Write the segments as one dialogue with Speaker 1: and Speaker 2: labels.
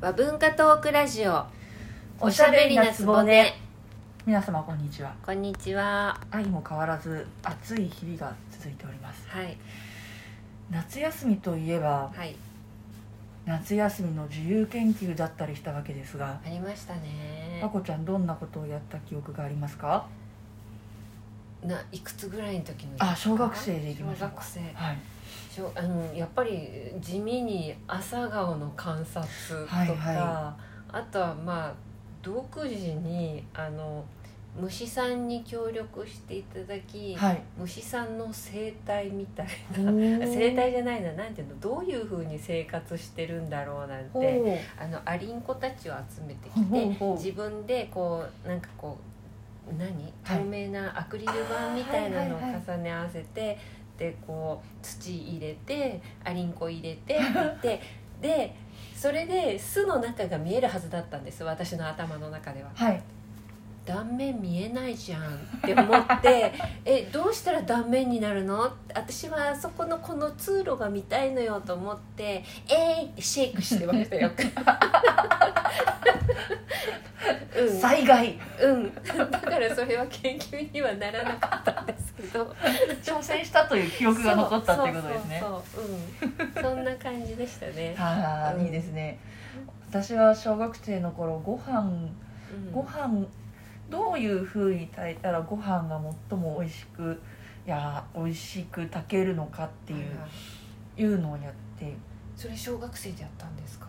Speaker 1: 和文化トークラジオ
Speaker 2: おしゃべりなつぼね
Speaker 1: ね
Speaker 2: 皆様こんにちは
Speaker 1: こんにちは
Speaker 2: 愛も変わらず暑い日々が続いております
Speaker 1: はい
Speaker 2: 夏休みといえば
Speaker 1: はい
Speaker 2: 夏休みの自由研究だったりしたわけですが
Speaker 1: ありましたね
Speaker 2: まこちゃんどんなことをやった記憶がありますか
Speaker 1: ないくつぐらいの時の
Speaker 2: あ小学生でいきましょう
Speaker 1: 小
Speaker 2: か
Speaker 1: 学生
Speaker 2: はい
Speaker 1: 小あのやっぱり地味に朝顔の観察とか、
Speaker 2: はいは
Speaker 1: あとはまあ独自にあの虫さんに協力していただき、
Speaker 2: はい
Speaker 1: 虫さんの生態みたいな生
Speaker 2: 生
Speaker 1: 態じゃないななんていうのどういうふうに生活してるんだろうなんてあのアリンコたちを集めてき
Speaker 2: ほう
Speaker 1: て
Speaker 2: ほう
Speaker 1: 自分でこうなんかこう何透明なアクリル板みたいなのを
Speaker 2: はいはい
Speaker 1: 重ね合わせてでこう土入れてアリンコ入れ てって言ってでそれで巣の中が見えるはずだったんです私の頭の中では。
Speaker 2: はい
Speaker 1: 断面見えないじゃんって思って えどうしたら断面になるの私はあそこのこの通路が見たいのよと思って「えい!」ってシェイクしてました よ。
Speaker 2: 災害
Speaker 1: うん、うん、だからそれは研究にはならなかったんですけ ど
Speaker 2: 挑戦したという記憶が残ったということですね
Speaker 1: そうそうそうそう、うん、そんな感じでしたね、
Speaker 2: あ
Speaker 1: う
Speaker 2: あ
Speaker 1: ん
Speaker 2: いいですね私は小学生の頃ご飯
Speaker 1: うん、
Speaker 2: ご飯どういう風に炊いたらご飯が最も美味しくいや美味しく炊けるのかっていう,、
Speaker 1: あら
Speaker 2: い、うのをやって
Speaker 1: それ小学生でやったんですか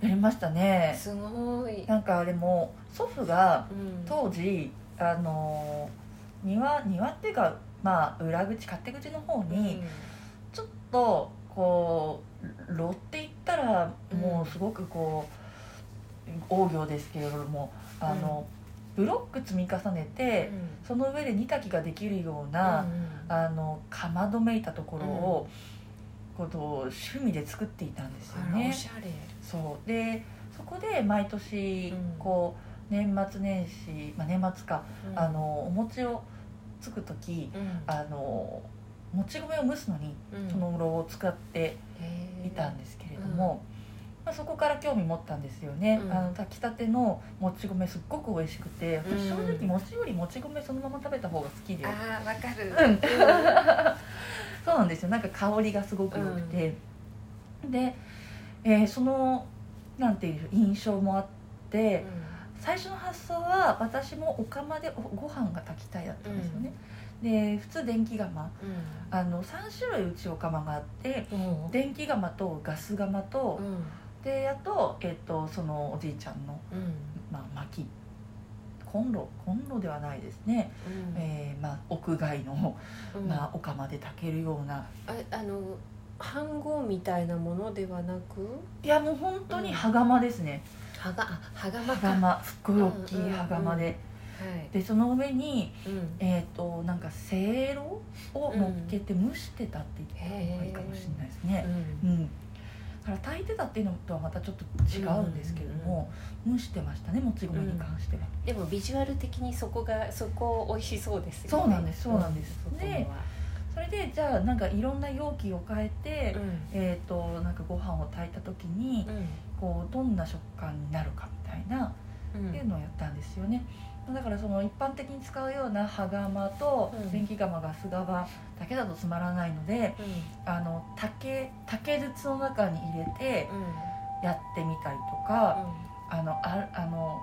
Speaker 2: やりましたね
Speaker 1: すごい、
Speaker 2: なんかでも祖父が
Speaker 1: うん、
Speaker 2: 当時あの庭庭っていうかまあ裏口勝手口の方にちょっとこうろっていったらもうすごくこう大行ですけれどもあの、ブロック積み重ね
Speaker 1: うんう
Speaker 2: て、
Speaker 1: ん
Speaker 2: その上で煮炊きができるような、あの釜止めいたところを、ことを趣味で作っていたんですよ
Speaker 1: あらお
Speaker 2: ね。
Speaker 1: しゃれ
Speaker 2: そうでそこで毎年
Speaker 1: うん
Speaker 2: こう年末年始、まあ、年末か、
Speaker 1: うん
Speaker 2: あのお餅をつく時
Speaker 1: うん
Speaker 2: あのもち米を蒸すのに
Speaker 1: うん
Speaker 2: そのろを使って
Speaker 1: へー
Speaker 2: いたんですけれども、まあ、そこから興味持ったんですよね、
Speaker 1: うん
Speaker 2: あの炊きたてのもち米すっごく美味しくて私正
Speaker 1: う
Speaker 2: 直
Speaker 1: ん
Speaker 2: もちよりもち米そのまま食べた方が好きで、
Speaker 1: あーわかる
Speaker 2: うんそうなんですよなんか香りがすごく良くて、で、えーそのなんていう印象もあって最初の発想は私もお釜でおご飯が炊きたいだったんですよね、で普通電気釜
Speaker 1: う
Speaker 2: あの3種類うちお釜があって
Speaker 1: んうん
Speaker 2: 電気釜とガス釜と、
Speaker 1: うん
Speaker 2: であと,、えっとそのおじいちゃんの、
Speaker 1: うん
Speaker 2: まあ、薪コンロコンロではないですね、
Speaker 1: うん
Speaker 2: えーまあ、屋外の、
Speaker 1: うん
Speaker 2: まあ、お釜で炊けるような
Speaker 1: ああの飯盒みたいなものではなく
Speaker 2: いやもう本当に羽釜ですね、
Speaker 1: はがあはがま
Speaker 2: 羽
Speaker 1: か
Speaker 2: 釜すっごい大きい羽釜で、
Speaker 1: はい
Speaker 2: でその上に
Speaker 1: うん
Speaker 2: えっ、となんかせいろを乗っけて蒸してたって言った方がいいかもしれないですね、
Speaker 1: うん
Speaker 2: うんだから炊いてたっていうのとはまたちょっと違うんですけれども、蒸してましたねもち米に関しては、
Speaker 1: でもビジュアル的にそこがそこ美味しそうですよね
Speaker 2: そうなんですそうなんです
Speaker 1: そこのは
Speaker 2: それでじゃあなんかいろんな容器を変えて、
Speaker 1: うん
Speaker 2: えー、となんかご飯を炊いた時にこうどんな食感になるかみたいな
Speaker 1: うん
Speaker 2: っていうのをやったんですよね、だからその一般的に使うような羽釜と
Speaker 1: うん
Speaker 2: 電気釜ガス釜だけだとつまらないので
Speaker 1: うん
Speaker 2: あの竹竹筒の中に入れて
Speaker 1: うん
Speaker 2: やってみたりとか、あのああの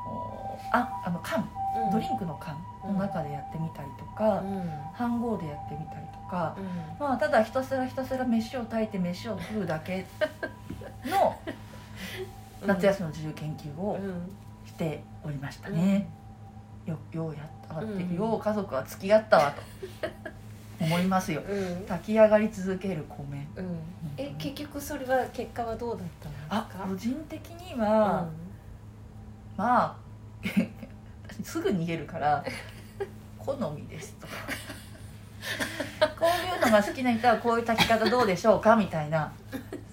Speaker 2: ああの缶
Speaker 1: うん
Speaker 2: ドリンクの缶の中でやってみたりとか、
Speaker 1: うん
Speaker 2: 飯盒でやってみたりとか。
Speaker 1: うん
Speaker 2: まあただひたすらひたすら飯を炊いて飯を食うだけ の夏休みの自由研究をしておりましたね、よようやったって、
Speaker 1: うん
Speaker 2: よう家族は付き合ったわ と思いますよ
Speaker 1: うんうん
Speaker 2: 炊き上がり続ける米
Speaker 1: うんえ結局それは結果はどうだった
Speaker 2: あ
Speaker 1: ん
Speaker 2: 個
Speaker 1: です
Speaker 2: 人的に
Speaker 1: か
Speaker 2: は、まあ 私すぐ逃げるから好みですとかこういうのが好きな人はこういう炊き方どうでしょうかみたいな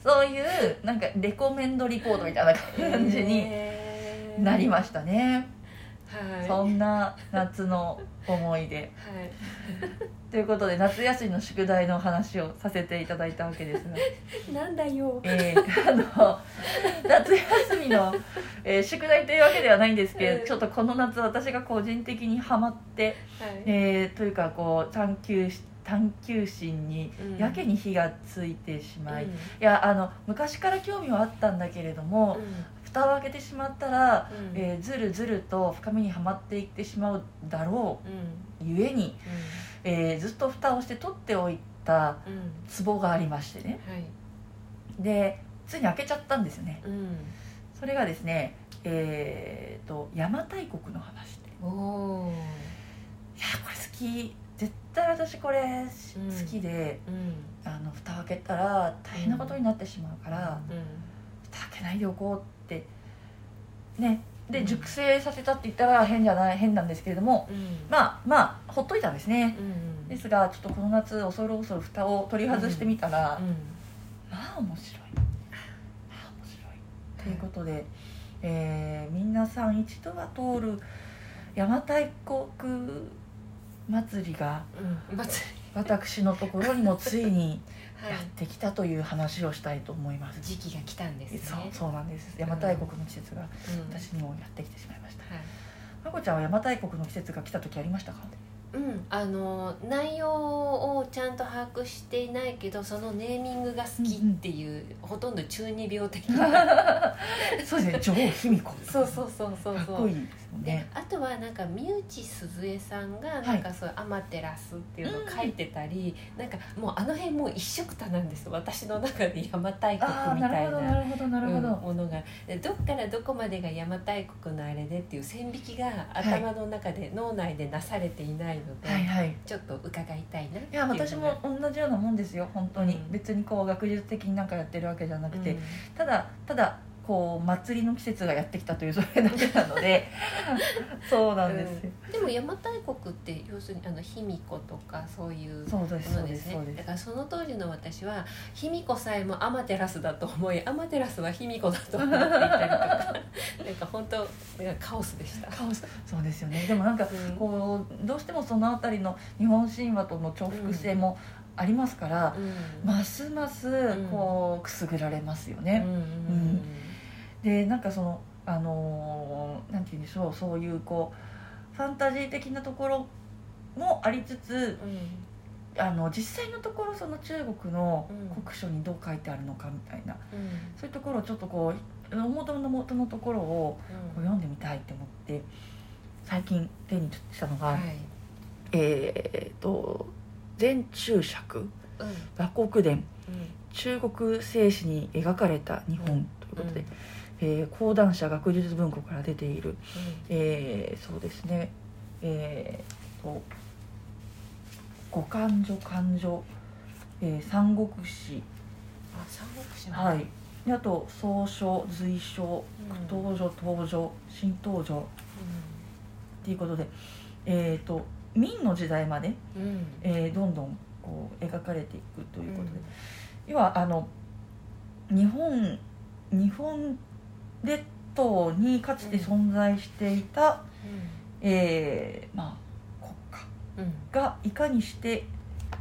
Speaker 2: そういうなんかレコメンドリポートみたいな感じに
Speaker 1: に
Speaker 2: なりま
Speaker 1: し
Speaker 2: したね、
Speaker 1: たはい
Speaker 2: そんな夏の思い出
Speaker 1: はい
Speaker 2: ということで夏休みの宿題の話を させていただいたわけですが、
Speaker 1: なんだよ
Speaker 2: えーあの夏休み国の、えー宿題というわけではないんですけど、
Speaker 1: うん
Speaker 2: ちょっとこの夏私が個人的にハマって、
Speaker 1: はい
Speaker 2: えーというかこう探求し探求心に
Speaker 1: うん
Speaker 2: やけに火がついてしまい、
Speaker 1: う
Speaker 2: い
Speaker 1: ん
Speaker 2: やあの昔から興味はあったんだけれども、蓋を開けてしまったら、
Speaker 1: うん
Speaker 2: えーずるずると深みにはまっていってしまうだろ
Speaker 1: うん
Speaker 2: うゆえに、
Speaker 1: う
Speaker 2: えーずっと蓋をして取っておい
Speaker 1: ん
Speaker 2: た
Speaker 1: うん
Speaker 2: ツボがありましてね
Speaker 1: はい
Speaker 2: でついに開けちゃったんですよね
Speaker 1: うん
Speaker 2: それがですねえー、と邪馬台国の話でい
Speaker 1: おお
Speaker 2: やこれ好き絶対私これし
Speaker 1: うん
Speaker 2: 好きで、
Speaker 1: うん
Speaker 2: あの蓋を開けたら大変なことになってしまうから、
Speaker 1: うん
Speaker 2: 蓋開けないでおこうってね
Speaker 1: う
Speaker 2: で
Speaker 1: ん
Speaker 2: 熟成させたって言ったら変じゃない変なんですけれども
Speaker 1: うん
Speaker 2: まあまあほっといたんですね
Speaker 1: うん
Speaker 2: ですがちょっとこの夏恐る恐る蓋を取り外してみたら、
Speaker 1: うん
Speaker 2: まあ面白いまあ面白いということで、えー、皆さん一度は通る邪馬台国祭りが
Speaker 1: うん祭り
Speaker 2: 私のところにもついに
Speaker 1: はい
Speaker 2: やってきたという話をしたいと思います、
Speaker 1: 時期が来たんです
Speaker 2: そう
Speaker 1: ね
Speaker 2: そうなんです邪馬台国の季節が
Speaker 1: うんはい
Speaker 2: 私にもやってきてしまいました、まこちゃんは邪馬台国の季節が来た時ありま したか
Speaker 1: うん、あの内容をちゃんと把握していないけどそのネーミングが好きっていう、ほとんど中二病的な
Speaker 2: そうですね女王卑弥呼
Speaker 1: そうそうそうそう
Speaker 2: かっ
Speaker 1: そ
Speaker 2: こ
Speaker 1: う
Speaker 2: いいですよ
Speaker 1: で
Speaker 2: ね
Speaker 1: あとはなんか三内鈴江さんが
Speaker 2: い
Speaker 1: なんかそういう「アマテラス」っていうのを書いてたり、なんかもうあの辺もう一緒くたなんです私の中で邪馬台国
Speaker 2: ああ
Speaker 1: み
Speaker 2: な
Speaker 1: たい
Speaker 2: るほど
Speaker 1: な
Speaker 2: なるほどなるほど、
Speaker 1: うんものがでどっからどこまでが邪馬台国のあれでっていう線引きが頭の中で、脳内でなされていないので、
Speaker 2: はいはい
Speaker 1: ちょっと伺いたいなっていうのが
Speaker 2: いや私も同じようなもんですよ本当に、
Speaker 1: うん
Speaker 2: 別にこう学術的になんかやってるわけじゃなくて、
Speaker 1: うん
Speaker 2: ただただこう祭りの季節がやってきたというそれだけ なのでそうなんですよ、
Speaker 1: でも邪馬台国って要するにあの卑弥呼とかそういうも
Speaker 2: そうですそ
Speaker 1: の
Speaker 2: うで
Speaker 1: ですす
Speaker 2: そう
Speaker 1: ね
Speaker 2: で
Speaker 1: だ
Speaker 2: す
Speaker 1: からその当時の私は卑弥呼さえもアマテラスだと思いアマテラスは卑弥呼だと思っていたりとかなんか本当なんかカオスでした。
Speaker 2: カオスそうですよねでもなんか
Speaker 1: うん
Speaker 2: こうどうしてもそのあたりの日本神話との重複性もありますから、ますます
Speaker 1: ん
Speaker 2: こうくすぐられますよ
Speaker 1: うん
Speaker 2: ね、
Speaker 1: うん
Speaker 2: でなんかそのあのーなんて言うんでしょうそういうこうファンタジー的なところもありつつ
Speaker 1: うんうん
Speaker 2: あの実際のところその中国の
Speaker 1: うん
Speaker 2: 国書にどう書いてあるのかみたいな、
Speaker 1: うん
Speaker 2: そういうところをちょっとこう元の元のところをこう
Speaker 1: うん
Speaker 2: 読んでみたいって思って最近手にしたのが、
Speaker 1: はい
Speaker 2: えーっと「全中釈
Speaker 1: うん
Speaker 2: 和国伝
Speaker 1: うん
Speaker 2: 中国製史に描かれた日
Speaker 1: う
Speaker 2: 本
Speaker 1: ん」
Speaker 2: ということで、
Speaker 1: うん
Speaker 2: えー講談社学術文庫から出ているえーそうですねえーと五感女感女、えー三国志
Speaker 1: あ三国志の
Speaker 2: はいであと総書随書
Speaker 1: うん
Speaker 2: 東女東女新東女っていうことでえーと明の時代まで、
Speaker 1: うんうん
Speaker 2: えーどんどんこう描かれていくということで、要はあの日本日本列島にかつて存在していた、えーまあ、国家
Speaker 1: うんうん
Speaker 2: がいかにして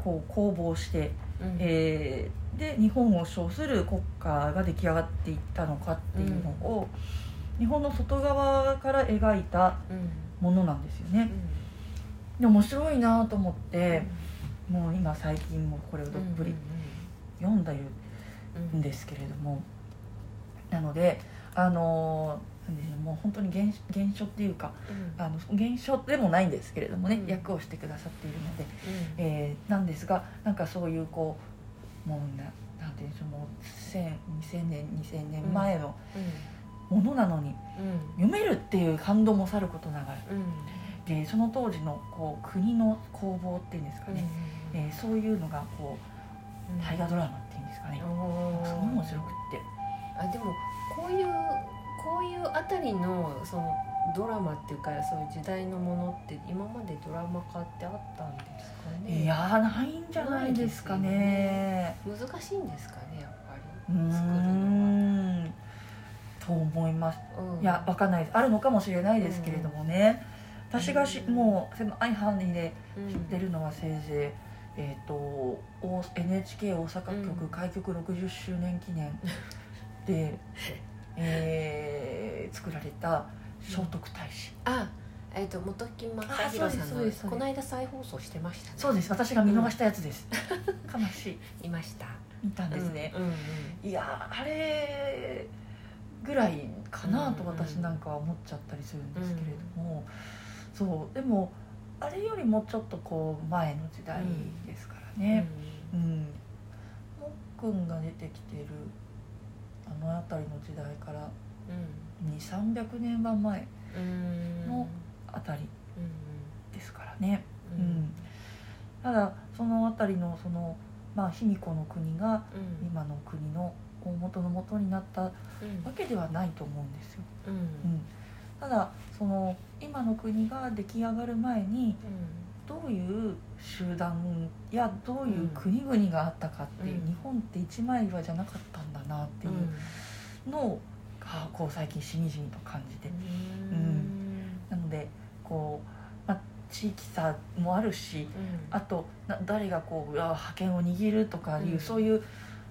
Speaker 2: こう攻防して、
Speaker 1: うん
Speaker 2: えーで日本を称する国家が出来上がっていったのかっていうのを、日本の外側から描いた
Speaker 1: うん
Speaker 2: ものなんですよね
Speaker 1: う。ん
Speaker 2: で面白いなと思って、もう今最近もこれをどっぷり読んだ
Speaker 1: うん
Speaker 2: んですけれども、なのであのーなんでしょうもう本当に原原書っていうかあの原書でもないんですけれどもね、
Speaker 1: うん
Speaker 2: 訳をしてくださっているので。
Speaker 1: うん
Speaker 2: えーなんですがなんかそういうこうもうななんていうんでしょうもう1000 2000年2000年前のものなのに、
Speaker 1: うん
Speaker 2: 読めるっていう感動もさることながら
Speaker 1: うん
Speaker 2: でその当時のこう国の攻防っていうんですかね、えーそういうのがこ
Speaker 1: うん
Speaker 2: う大河ドラマっていうんですかね、
Speaker 1: おー
Speaker 2: すごい面白くって
Speaker 1: あでもこういうこういうあたりのそのドラマっていうかそういう時代のものって今までドラマ化ってあったんですかね
Speaker 2: いやーないんじゃないですかね
Speaker 1: 難しいんですかねやっぱり
Speaker 2: うー
Speaker 1: ですよね
Speaker 2: んと思います
Speaker 1: うん
Speaker 2: いやわかんないですあるのかもしれないですけれどもね、私がし
Speaker 1: うん
Speaker 2: もう狭い範囲で
Speaker 1: うん
Speaker 2: 出るのはせいぜい、えー、とお NHK 大阪局開局60周年記念で、えれた聖徳太子、
Speaker 1: あえっ、と本木正弘さ
Speaker 2: あ
Speaker 1: んの
Speaker 2: そうですそうです
Speaker 1: この間再放送してましたね
Speaker 2: そうです私が見逃したやつです、悲しい
Speaker 1: いました
Speaker 2: 見たんですね、
Speaker 1: うんうんうん
Speaker 2: いやーあれぐらいかなと
Speaker 1: うんうん
Speaker 2: 私なんかは思っちゃったりするんですけれども、そうでもあれよりもちょっとこう前の時代ですからね、うんもっくんが出てきてるあの辺りの時代から2300年は前
Speaker 1: うんうん
Speaker 2: のあたりですからね、
Speaker 1: うん
Speaker 2: う
Speaker 1: うん
Speaker 2: んただその辺りのそのまあ卑弥呼の国が
Speaker 1: うん
Speaker 2: 今の国の大元の元になったわ
Speaker 1: うん
Speaker 2: けではないと思うんですよ、
Speaker 1: うん
Speaker 2: うん、ただその今の国が出来上がる前に
Speaker 1: うん
Speaker 2: どういう集団やどういう国々があったかっていう、
Speaker 1: うん
Speaker 2: 日本って一枚岩じゃなかったんだなっていうのがこう最近しみじみと感じて
Speaker 1: うん
Speaker 2: なのでこう、まあ、地域差もあるしあとな誰がこううわ覇権を握るとかいう、
Speaker 1: うん
Speaker 2: そういう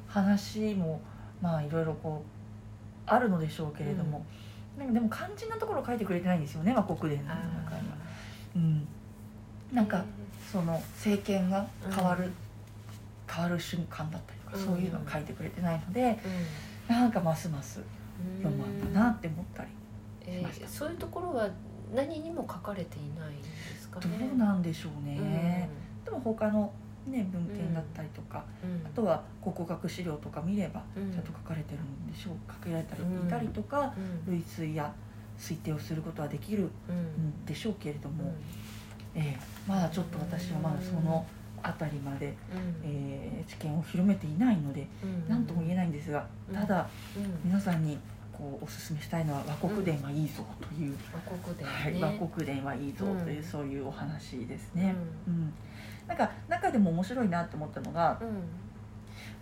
Speaker 2: 話もまあいろいろこうあるのでしょうけれども、なんかでも肝心なところ書いてくれてないんですよね和国伝の
Speaker 1: あ
Speaker 2: 中には。
Speaker 1: ー
Speaker 2: うん、なんかその政権が変わる、
Speaker 1: うん
Speaker 2: 変わる瞬間だったりとか、
Speaker 1: うん
Speaker 2: そういうのを書いてくれてないのでなんかますます
Speaker 1: うん
Speaker 2: ロマンだなって思ったり、
Speaker 1: えーそういうところは何にも書かれていないんですかね
Speaker 2: どうなんでしょう
Speaker 1: う
Speaker 2: ね
Speaker 1: ん。
Speaker 2: でも他のね文献だったりとか、
Speaker 1: うん
Speaker 2: あとは考古学資料とか見れば
Speaker 1: うん
Speaker 2: ちゃんと書かれてるんでしょう書けられたりいたりとか、
Speaker 1: うん
Speaker 2: 類推や推定をすることはできる
Speaker 1: うん
Speaker 2: んでしょうけれど
Speaker 1: うん
Speaker 2: も、えーまだちょっと私はまだその辺りまで、
Speaker 1: うん
Speaker 2: えー知見を広めていないので
Speaker 1: うん
Speaker 2: 何とも言えないんですがただ
Speaker 1: うん
Speaker 2: 皆さんにこうおすすめしたいのは和国伝はいいぞという、
Speaker 1: 和国で
Speaker 2: はい
Speaker 1: ね
Speaker 2: 和国伝はいいぞという、
Speaker 1: うん
Speaker 2: そういうお話です
Speaker 1: うん
Speaker 2: ね。うんなんか中でも面白いなと思ったのが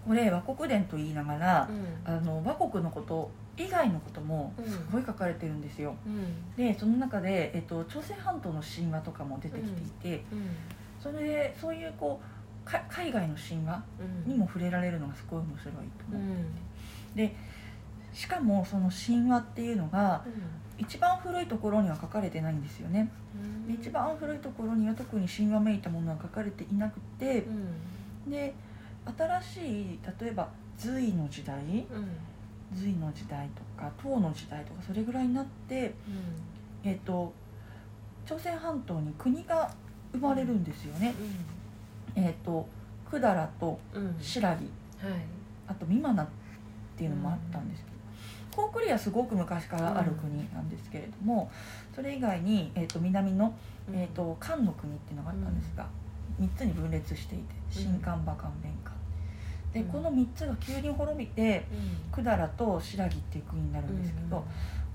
Speaker 1: うん
Speaker 2: これ和国伝と言いながら
Speaker 1: う、ん
Speaker 2: あの和国のこと以外のことも
Speaker 1: うん
Speaker 2: すごい書かれてるんですよ。
Speaker 1: うん
Speaker 2: でその中で、えっと、朝鮮半島の神話とかも出てきていて、
Speaker 1: うん
Speaker 2: それでそういうこうか海外の神話
Speaker 1: うん
Speaker 2: にも触れられるのがすごい面白いと
Speaker 1: う
Speaker 2: 思う、
Speaker 1: ん
Speaker 2: しかもその神話っていうのが一番古いところには書かれてないんですよね
Speaker 1: うん
Speaker 2: で一番古いところには特に神話めいたものは書かれていなくて
Speaker 1: うん
Speaker 2: で新しい例えば隋の時代
Speaker 1: うん
Speaker 2: 隋の時代とか唐の時代とかそれぐらいになって
Speaker 1: うん
Speaker 2: えっと朝鮮半島に国が生まれるんですよね、えっと百済と
Speaker 1: うんうん
Speaker 2: 新羅
Speaker 1: はい
Speaker 2: あと美馬名っていうのもあったんですけど、コンクリはすごく昔からある国なんですけれども、それ以外に、えっと南の、えっと漢の国っていうのがあったんですが、3つに分裂していて新漢馬漢弁漢で、
Speaker 1: うん
Speaker 2: この3つが急に滅びて
Speaker 1: うん
Speaker 2: 百済と新羅っていう国になるんですけど、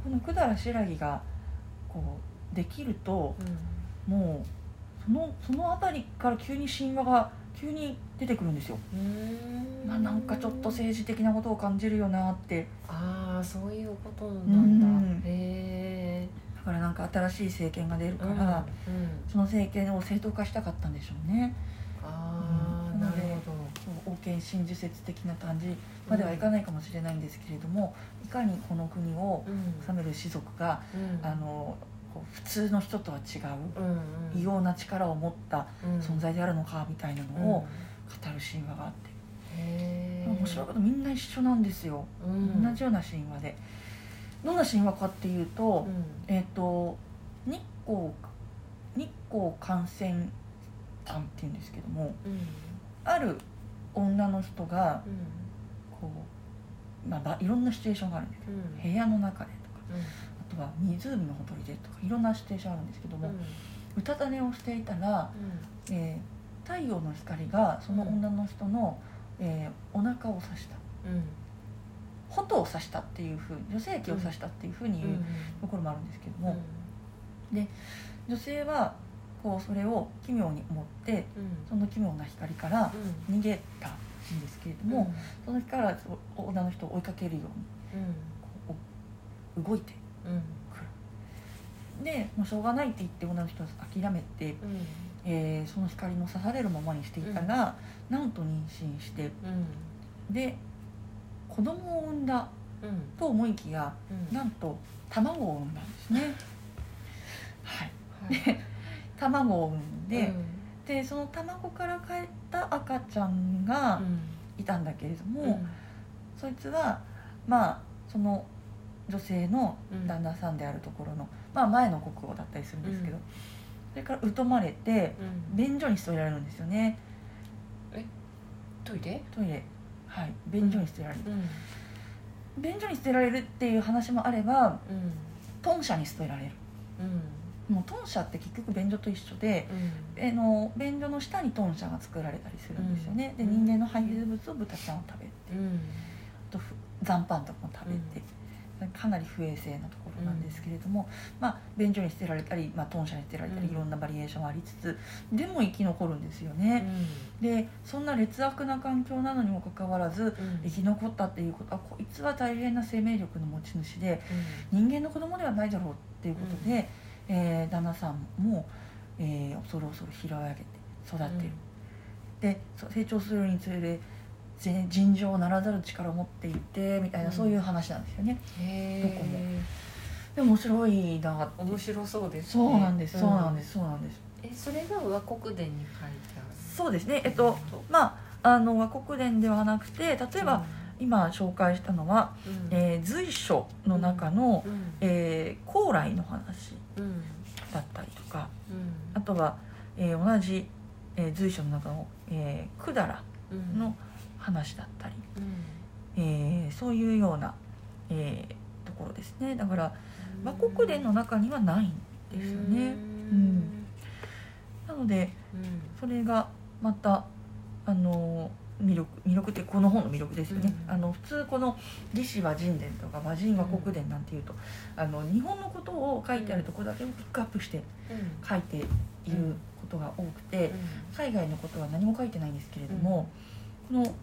Speaker 2: この百済新羅がこうできると
Speaker 1: うん
Speaker 2: もうそのその辺りから急に神話が急に出てくるんですよ。
Speaker 1: うん
Speaker 2: まあ、なんかちょっと政治的なことを感じるよなって
Speaker 1: ああそういうことなんだ
Speaker 2: う
Speaker 1: へえ
Speaker 2: だからなんか新しい政権が出るから、
Speaker 1: うんうん
Speaker 2: その政権を正当化したかったんでしょうね
Speaker 1: ああ
Speaker 2: うん
Speaker 1: なるほど
Speaker 2: 王権真珠説的な感じまではいかないかもしれないんですけれども、いかにこの国を
Speaker 1: うん
Speaker 2: 治める士族が、
Speaker 1: うん
Speaker 2: あのこう普通の人とは違う
Speaker 1: うんうん
Speaker 2: 異様な力を持った
Speaker 1: うん
Speaker 2: 存在であるのかみたいなのを語
Speaker 1: うん
Speaker 2: る神話があって、
Speaker 1: へえ
Speaker 2: 面白いことみんな一緒なんですよ、
Speaker 1: うん
Speaker 2: 同じような神話でどんな神話かっていうと、
Speaker 1: うん
Speaker 2: えっ、と日光日光感染炭っていうんですけども
Speaker 1: うん
Speaker 2: ある女の人が
Speaker 1: うん
Speaker 2: こう、まあば、いろんなシチュエーションがあるんだけ
Speaker 1: うん
Speaker 2: ど部屋の中でとか
Speaker 1: うん
Speaker 2: あとは湖のほとりでとかいろんなシチュエーションあるんですけども、
Speaker 1: うん
Speaker 2: うたた寝をしていたら、えー太陽の光がその女の人の、えーお腹を刺した
Speaker 1: うん
Speaker 2: 頬を刺したっていうふうに女性器を刺したっていうふうに
Speaker 1: う
Speaker 2: 言うんところもあるんですけども、女性はこうそれを奇妙に持って
Speaker 1: うん
Speaker 2: その奇妙な光から
Speaker 1: うん
Speaker 2: 逃げたんですけれども、その光から女の人を追いかけるように
Speaker 1: うん
Speaker 2: こう動いて
Speaker 1: うん
Speaker 2: くるでもうしょうがないって言って女の人は諦めて、
Speaker 1: うん
Speaker 2: えーその光の刺されるままにしていたら、なんと妊娠して
Speaker 1: うん
Speaker 2: で子供を産んだ
Speaker 1: うんうん
Speaker 2: と思いきや
Speaker 1: うん
Speaker 2: なんと卵を産んだんですね。はい、
Speaker 1: はい
Speaker 2: 卵を産んで、
Speaker 1: うん
Speaker 2: でその卵から帰った赤ちゃん
Speaker 1: う
Speaker 2: が
Speaker 1: ん
Speaker 2: いたんだけれども、
Speaker 1: うん
Speaker 2: そいつはまあその女性の旦那さんであるところの、まあ、前の国王だったりするんですけど、
Speaker 1: うん
Speaker 2: それから疎まれて
Speaker 1: うん
Speaker 2: 便所に捨てられるんですよね
Speaker 1: トイレ
Speaker 2: トイレはい便所に捨てられる、
Speaker 1: うん
Speaker 2: 便所に捨てられるっていう話もあれば
Speaker 1: うん
Speaker 2: 豚舎に捨てられる
Speaker 1: うん
Speaker 2: もう豚舎って結局便所と一緒でえの便所の下に豚舎が作られたりするんですよね、
Speaker 1: うん
Speaker 2: で人間の排泄物を豚ちゃんを食べて
Speaker 1: うん
Speaker 2: あとふ残飯とかも食べて、かなり不衛生なところなんですけれども、まあ便所に捨てられたり、まあ、豚舎に捨てられたり、
Speaker 1: うん
Speaker 2: いろんなバリエーションありつつでも生き残るんですよね、でそんな劣悪な環境なのにもかかわらず
Speaker 1: うん
Speaker 2: 生き残ったっていうことはこいつは大変な生命力の持ち主で人間の子供ではないだろうっていうことで、えー旦那さんも、えー恐る恐る拾い上げて育
Speaker 1: だ
Speaker 2: っている、でそう成長するにつれぜ尋常ならざる力を持っていてみたいな、
Speaker 1: うん
Speaker 2: そういう話なんですよね
Speaker 1: へ
Speaker 2: どこ
Speaker 1: え
Speaker 2: でも面白いなって
Speaker 1: 面白そうですね
Speaker 2: そうなんです、そうなんですすそうなんです
Speaker 1: えそれが和国伝に書いてある
Speaker 2: そうですねえっとまああの和国伝ではなくて例えば、今紹介したのは、
Speaker 1: うん
Speaker 2: えー随所の中の、
Speaker 1: うん
Speaker 2: えー高麗の話
Speaker 1: うん
Speaker 2: だったりとか
Speaker 1: うん
Speaker 2: あとは、えー同じ、えー随所の中の、えー、百済
Speaker 1: うん
Speaker 2: の話だったり、
Speaker 1: うん
Speaker 2: えーそういうような、えーところですねだから和国伝の中にはないんですよね。
Speaker 1: うん
Speaker 2: なので
Speaker 1: うん
Speaker 2: それがまたあの魅力魅力ってこの本の魅力ですよね、
Speaker 1: うん
Speaker 2: あの普通この「魏志和人伝」とか「和人和国伝」なんていうと、あの日本のことを書いてあるところだけをピックアップして
Speaker 1: うん
Speaker 2: 書いていることが多くて、海外のことは何も書いてないんですけれども、この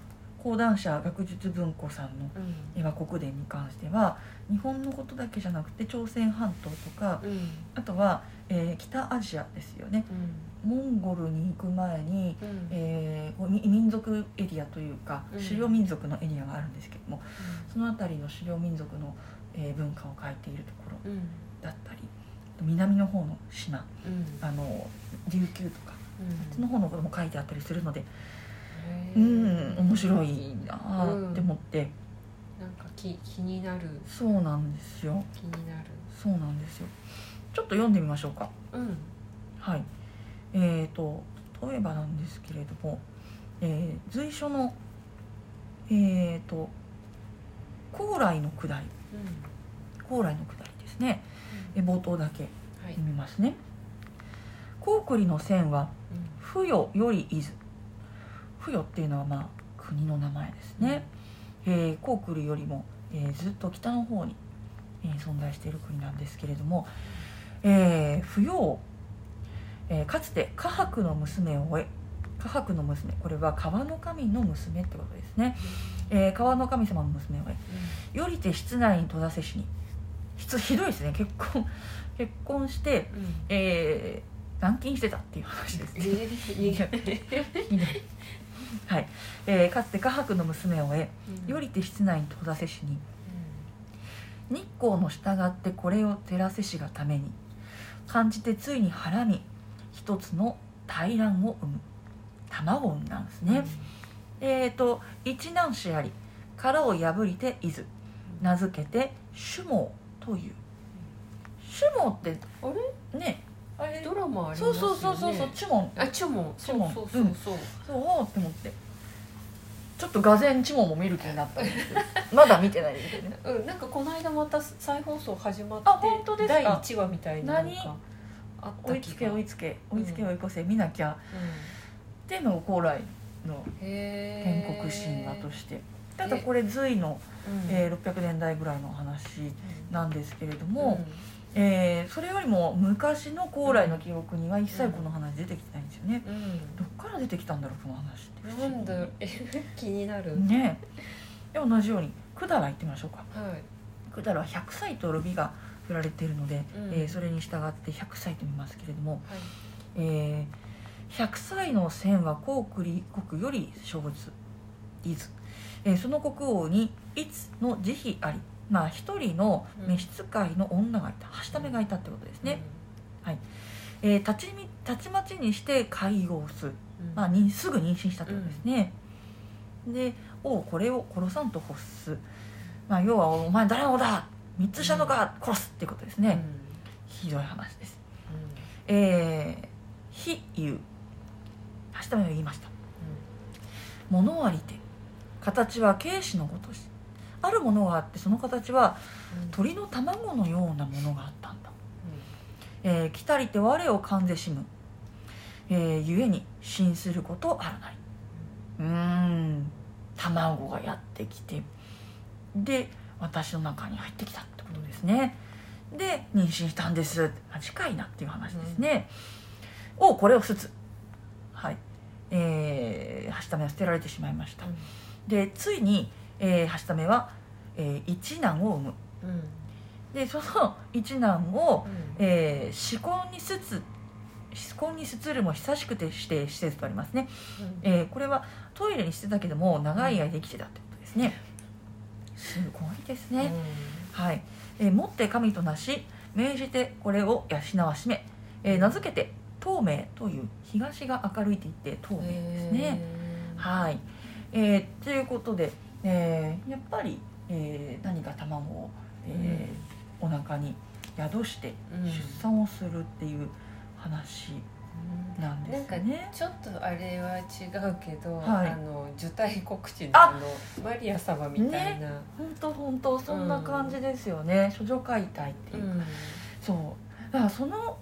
Speaker 2: 講談社学術文庫さんの
Speaker 1: うん
Speaker 2: 和国伝に関しては日本のことだけじゃなくて朝鮮半島とか
Speaker 1: うん
Speaker 2: あとは、えー北アジアですよね
Speaker 1: うん
Speaker 2: モンゴルに行く前に
Speaker 1: うん
Speaker 2: えーみ民族エリアというか
Speaker 1: うん
Speaker 2: 狩猟民族のエリアがあるんですけども、その辺りの狩猟民族の、えー文化を書いているところ
Speaker 1: うんうん
Speaker 2: だったり南の方の島
Speaker 1: うん
Speaker 2: あの琉球とかそっちの方のことも書いてあったりするので
Speaker 1: へー
Speaker 2: うん面白いなーって思って、
Speaker 1: なんか気気になる
Speaker 2: そうなんですよ
Speaker 1: 気になる
Speaker 2: そうなんですよちょっと読んでみましょうか
Speaker 1: うん
Speaker 2: はいえー、と例えばなんですけれども、えー随所のえー、と高麗の下り
Speaker 1: うん
Speaker 2: 高麗の下りですねえ冒頭だけ
Speaker 1: はい
Speaker 2: 読みますね「高栗の線は
Speaker 1: うん
Speaker 2: 不与より伊豆」不与っていうのはまあ国の名前ですね、えー、高栗よりも、えーずっと北の方に、えー存在している国なんですけれども、えー、不要、えーかつて河伯の娘を終え河伯の娘これは川の神の娘ってことですね、えー川の神様の娘を終えよりて室内に戸ざせしにひひどいですね結婚結婚して、
Speaker 1: うんうん
Speaker 2: えー、軟禁してたっていう話ですね
Speaker 1: えー逃げ
Speaker 2: ひどいはい、えーかつて河伯の娘を終えよりて室内に戸ざせしに日光の従ってこれを照らせしがために感じてついに腹に一つの大卵を産む卵を産んだんです
Speaker 1: うん
Speaker 2: ね、えっ、と一男子あり殻を破りて伊豆名付けて主毛という主毛って
Speaker 1: あ
Speaker 2: ねあ
Speaker 1: れ
Speaker 2: れ
Speaker 1: ドラマありますよ
Speaker 2: そう
Speaker 1: ね
Speaker 2: そうそうそうそうチュモン
Speaker 1: あチョモ
Speaker 2: チョモ
Speaker 1: そうそうそうそう
Speaker 2: そうおーって思ってちょっとがぜんチュモンも見る気になったんで すけどまだ見てないんですけどね
Speaker 1: うん、なんかこの間また再放送始まって
Speaker 2: あ本当ですか
Speaker 1: 第1話みたいななんか
Speaker 2: 何
Speaker 1: あった
Speaker 2: 追い
Speaker 1: 気
Speaker 2: つけ
Speaker 1: が
Speaker 2: 追いつけ追いつけ追い越せ見なきゃ
Speaker 1: う
Speaker 2: っていうのが高麗の
Speaker 1: ん、へ
Speaker 2: 建
Speaker 1: ー
Speaker 2: 国神話としてただこれ隋の、
Speaker 1: うん
Speaker 2: えー600年代ぐらいの話なんですけれども、
Speaker 1: うん
Speaker 2: えーそれよりも昔の高麗の記録には一切この話出てきてないんですよね、どっから出てきたんだろうこの話って
Speaker 1: うん、なんだえ 気になる、
Speaker 2: ねえで同じように百済行ってみましょうか
Speaker 1: はい
Speaker 2: 百済は100歳とルビが振られているので、
Speaker 1: うん
Speaker 2: えーそれに従って100歳と見ますけれども、
Speaker 1: はい
Speaker 2: えー100歳の線は高栗国より生ず伊豆、えーその国王に「いつの慈悲ありまあ、一人の召使いの女がいたはしためがいたってことですね、えー立ちみたちまちにして介護をする、
Speaker 1: うん
Speaker 2: まあ、にすぐ妊娠したってことですね、で「おうこれを殺さんと欲す」まあ、要は「お前誰のだ三つしたのか殺す」ってことですね、ひどい話ですえー「非言う」「はしためを言いました」物ありて形は軽視のごとしあるものがあってその形は鳥の卵のようなものがあったんだ、えー来たりて我を噛んでしむ、えー、ゆえに信することあるなりうーん卵がやってきてで私の中に入ってきたってことですねで妊娠したんですあ近いなっていう話ですね、をこれを2つはいえー、はしためは捨てられてしまいました、でついに、えー、はしためは、えー一男を産むでその一男を、えー、思考にすつ思考にすつるも久しくてして施設とありますね、えーこれはトイレにしてたけども長い間生きてたってことですねすごいですね、はい、えー持って神となし命じてこれを養わしめ、えー名付けて透明という東が明るいと言って透明ですね、はい、えー、ということで、えーやっぱり、えー何か卵を、えーお腹に宿して出産をするっていう話なんで
Speaker 1: なん
Speaker 2: す
Speaker 1: か
Speaker 2: ね。
Speaker 1: ちょっとあれは違うけど、
Speaker 2: はい
Speaker 1: あの受胎告知の
Speaker 2: あ
Speaker 1: あのマリア様みたいな、
Speaker 2: 本当本当そんな感じですよね。処女解体って
Speaker 1: うん
Speaker 2: いう、そう。だからその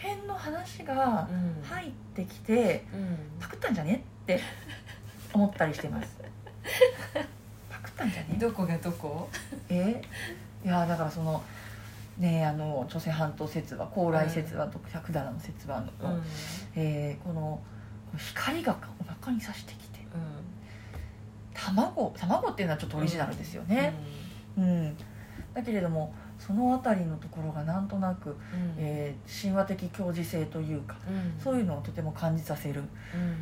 Speaker 2: 辺の話が
Speaker 1: うん
Speaker 2: 入ってきて、
Speaker 1: うん
Speaker 2: パクったんじゃねって思ったりして ます。パクったんじゃね？
Speaker 1: どこがどこ
Speaker 2: えいやだからそのねあの朝鮮半島説話高麗説話と百済の説話の、
Speaker 1: うん
Speaker 2: えーこの光がお腹に差してきて卵卵っていうのはちょっとオリジナルですよね、うんだけれどもその辺りのところがなんとなく、
Speaker 1: うん
Speaker 2: えー神話的教示性というか
Speaker 1: うん
Speaker 2: そういうのをとても感じさせる
Speaker 1: うん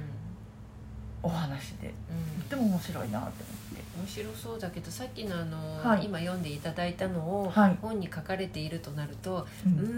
Speaker 2: お話で
Speaker 1: うん
Speaker 2: とても面白いなって思って。
Speaker 1: 面白そうだけどさっきのあの、
Speaker 2: はい
Speaker 1: 今読んでいただいたのを
Speaker 2: はい
Speaker 1: 本に書かれているとなると、
Speaker 2: うん
Speaker 1: うー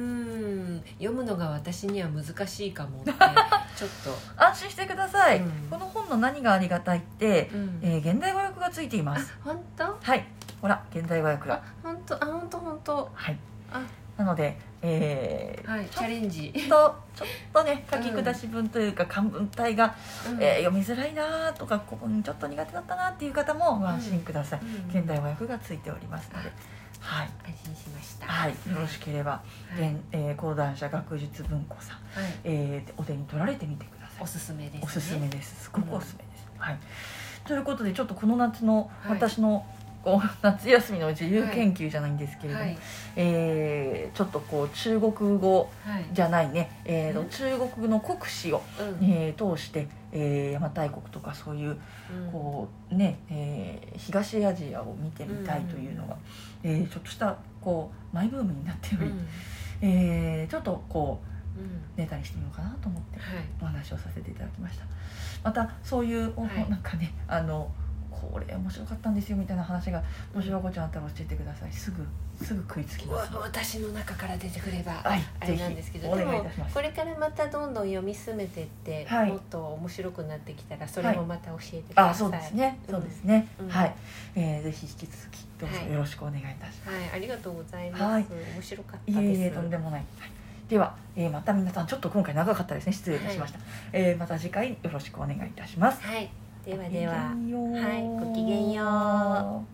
Speaker 1: ん読むのが私には難しいかもって ちょっ
Speaker 2: 安心してください、
Speaker 1: うん
Speaker 2: この本の何がありがたいって
Speaker 1: と、、うん
Speaker 2: えー現代語訳がついています
Speaker 1: 本当
Speaker 2: はい、ほら現代語訳だ。
Speaker 1: 本当あ本当本当
Speaker 2: はい
Speaker 1: あ。
Speaker 2: なので、えー
Speaker 1: はいチャレンジ、
Speaker 2: ちょっとちょっとね書き下し文というか漢文体が、
Speaker 1: うん
Speaker 2: えー読みづらいなとかここにちょっと苦手だったなっていう方もご安心ください。
Speaker 1: うん
Speaker 2: 現代語訳がついておりますので、はい。
Speaker 1: 安心しました
Speaker 2: はい、よろしければ、
Speaker 1: は
Speaker 2: 現えー講談社学術文庫さん、
Speaker 1: いはい
Speaker 2: えーお手に取られてみてください
Speaker 1: お。すすめです、ね、
Speaker 2: おすすめです。すごくおすすめです。はい。ということでちょっとこの夏の
Speaker 1: はい
Speaker 2: 私の、こう 夏休みの自由研究じゃないんですけれども、
Speaker 1: はい
Speaker 2: えーちょっとこう中国語
Speaker 1: はい
Speaker 2: じゃないね、えーと
Speaker 1: うん
Speaker 2: 中国の国史を、
Speaker 1: うん
Speaker 2: えー通して、えー邪馬台国とかそういう
Speaker 1: うん
Speaker 2: こうね、えー東アジアを見てみたいというのが、えーちょっとしたこうマイブームになって
Speaker 1: う
Speaker 2: お
Speaker 1: ん
Speaker 2: り、えーちょっとこう
Speaker 1: うん
Speaker 2: ネタにしてみようかなと思って
Speaker 1: はい
Speaker 2: お話をさせていただきましたまたそういう、お
Speaker 1: はい
Speaker 2: なんかねあのこれ面白かったんですよみたいな話がもしおこちゃんあったら教えてくださいすぐすぐ食いつきます
Speaker 1: わ私の中から出てくれば
Speaker 2: はい
Speaker 1: あ
Speaker 2: ぜ
Speaker 1: れなんですけ
Speaker 2: ひ
Speaker 1: ど
Speaker 2: お
Speaker 1: で
Speaker 2: 願いい
Speaker 1: も
Speaker 2: たします
Speaker 1: これからまたどんどん読み進めてって、
Speaker 2: はい
Speaker 1: もっと面白くなってきたらそれもまた教えてください、
Speaker 2: あそうですねそうですね、
Speaker 1: うん
Speaker 2: はい、えー、ぜひ引き続きどう
Speaker 1: は
Speaker 2: ぞ
Speaker 1: い
Speaker 2: よろしくお願いいたします、
Speaker 1: はいありがとうございます、
Speaker 2: はい
Speaker 1: 面白かった
Speaker 2: い、
Speaker 1: です
Speaker 2: えいえとんでもない、はいでは、えー、また皆さんちょっと今回長かったですね失礼いたしました、えーまた次回よろしくお願いいたします
Speaker 1: はいではでは
Speaker 2: ごきげんよう
Speaker 1: はいごきげんよう